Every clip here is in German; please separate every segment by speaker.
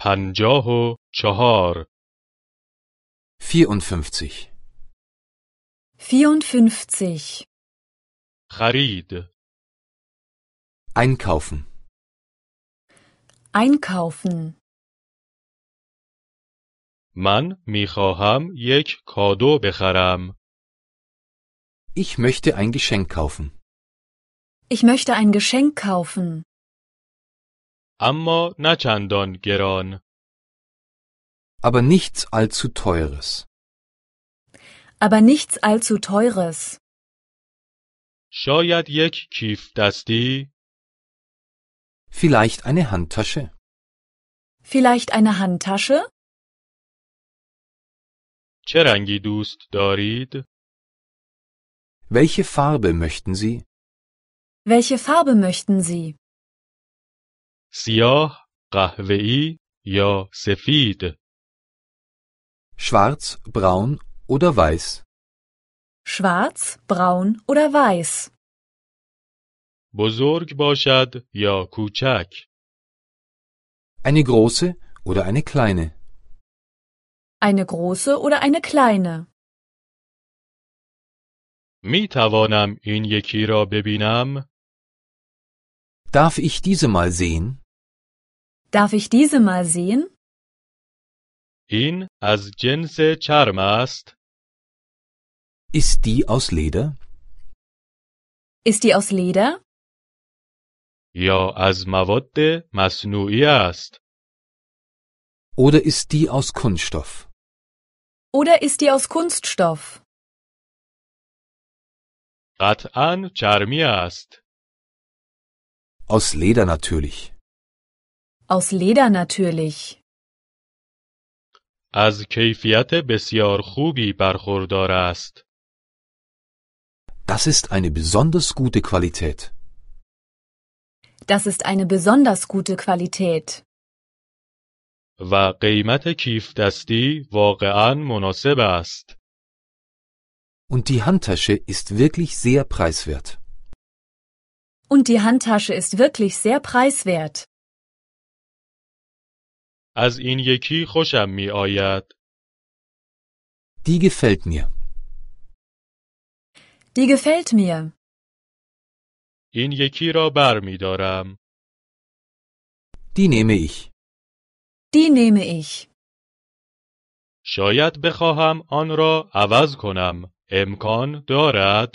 Speaker 1: پنجاه و چهار
Speaker 2: 54.
Speaker 3: 54.
Speaker 1: خرید
Speaker 2: Einkaufen.
Speaker 3: Einkaufen.
Speaker 1: من می خواهم یک کادو بخرم.
Speaker 2: Ich möchte ein Geschenk kaufen.
Speaker 3: Ich möchte ein Geschenk kaufen,
Speaker 1: اما نه چندان گران.
Speaker 2: Aber nichts allzu teures.
Speaker 3: aber nichts allzu teures.
Speaker 1: شاید یک کیف دستی؟
Speaker 2: Vielleicht eine Handtasche.
Speaker 3: Vielleicht eine Handtasche?
Speaker 1: چه رنگی دوست دارید؟
Speaker 2: Welche Farbe möchten Sie?
Speaker 3: Welche Farbe möchten Sie?
Speaker 1: سیاه، قهوه‌ای یا سفید؟
Speaker 2: Schwarz, braun oder weiß?
Speaker 3: Schwarz, braun oder weiß?
Speaker 1: بزرگ باشد یا کوچک؟
Speaker 2: Eine große oder eine kleine?
Speaker 3: Eine große oder eine kleine?
Speaker 1: می توانم این یکی را ببینم؟
Speaker 2: Darf ich diese mal sehen?
Speaker 3: Darf ich diese mal sehen?
Speaker 1: این از جنس چرم است؟
Speaker 2: Ist die aus Leder?
Speaker 3: Ist die aus Leder?
Speaker 1: یا از مواد مصنوعی است؟
Speaker 2: Oder ist die aus Kunststoff?
Speaker 3: Oder ist die aus Kunststoff?
Speaker 1: قطعا چرمی است.
Speaker 2: Aus Leder natürlich.
Speaker 3: Aus Leder natürlich.
Speaker 1: از کیفیت بسیار خوبی برخوردار است.
Speaker 2: Das ist eine besonders gute Qualität.
Speaker 3: Das ist eine besonders gute Qualität.
Speaker 1: و قیمت کیف دستی واقعا مناسب است.
Speaker 2: Und die Handtasche ist wirklich sehr preiswert.
Speaker 3: Und die Handtasche ist wirklich sehr preiswert.
Speaker 1: از این یکی خوشم می آید.
Speaker 2: Die gefällt mir.
Speaker 3: Die gefällt mir.
Speaker 1: این یکی را بر می دارم.
Speaker 2: Die nehme ich.
Speaker 3: Die nehme ich.
Speaker 1: شاید بخواهم آن را عوض کنم. امکان دارد؟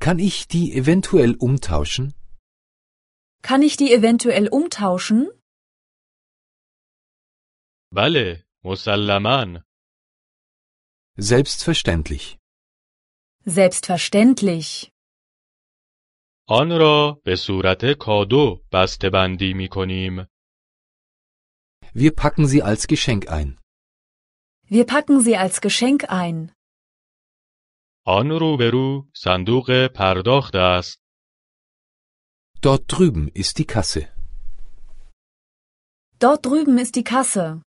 Speaker 2: Kann ich die eventuell umtauschen?
Speaker 3: Kann ich die eventuell umtauschen?
Speaker 1: بله، مسلما.
Speaker 2: Selbstverständlich.
Speaker 3: Selbstverständlich.
Speaker 1: آن را به صورت کادو بسته‌بندی می کنیم.
Speaker 2: Wir packen sie als Geschenk ein.
Speaker 3: Wir packen sie als Geschenk ein.
Speaker 1: آن روبرو صندوق پرداخت است.
Speaker 2: Dort drüben ist die Kasse.
Speaker 3: Dort drüben ist die Kasse.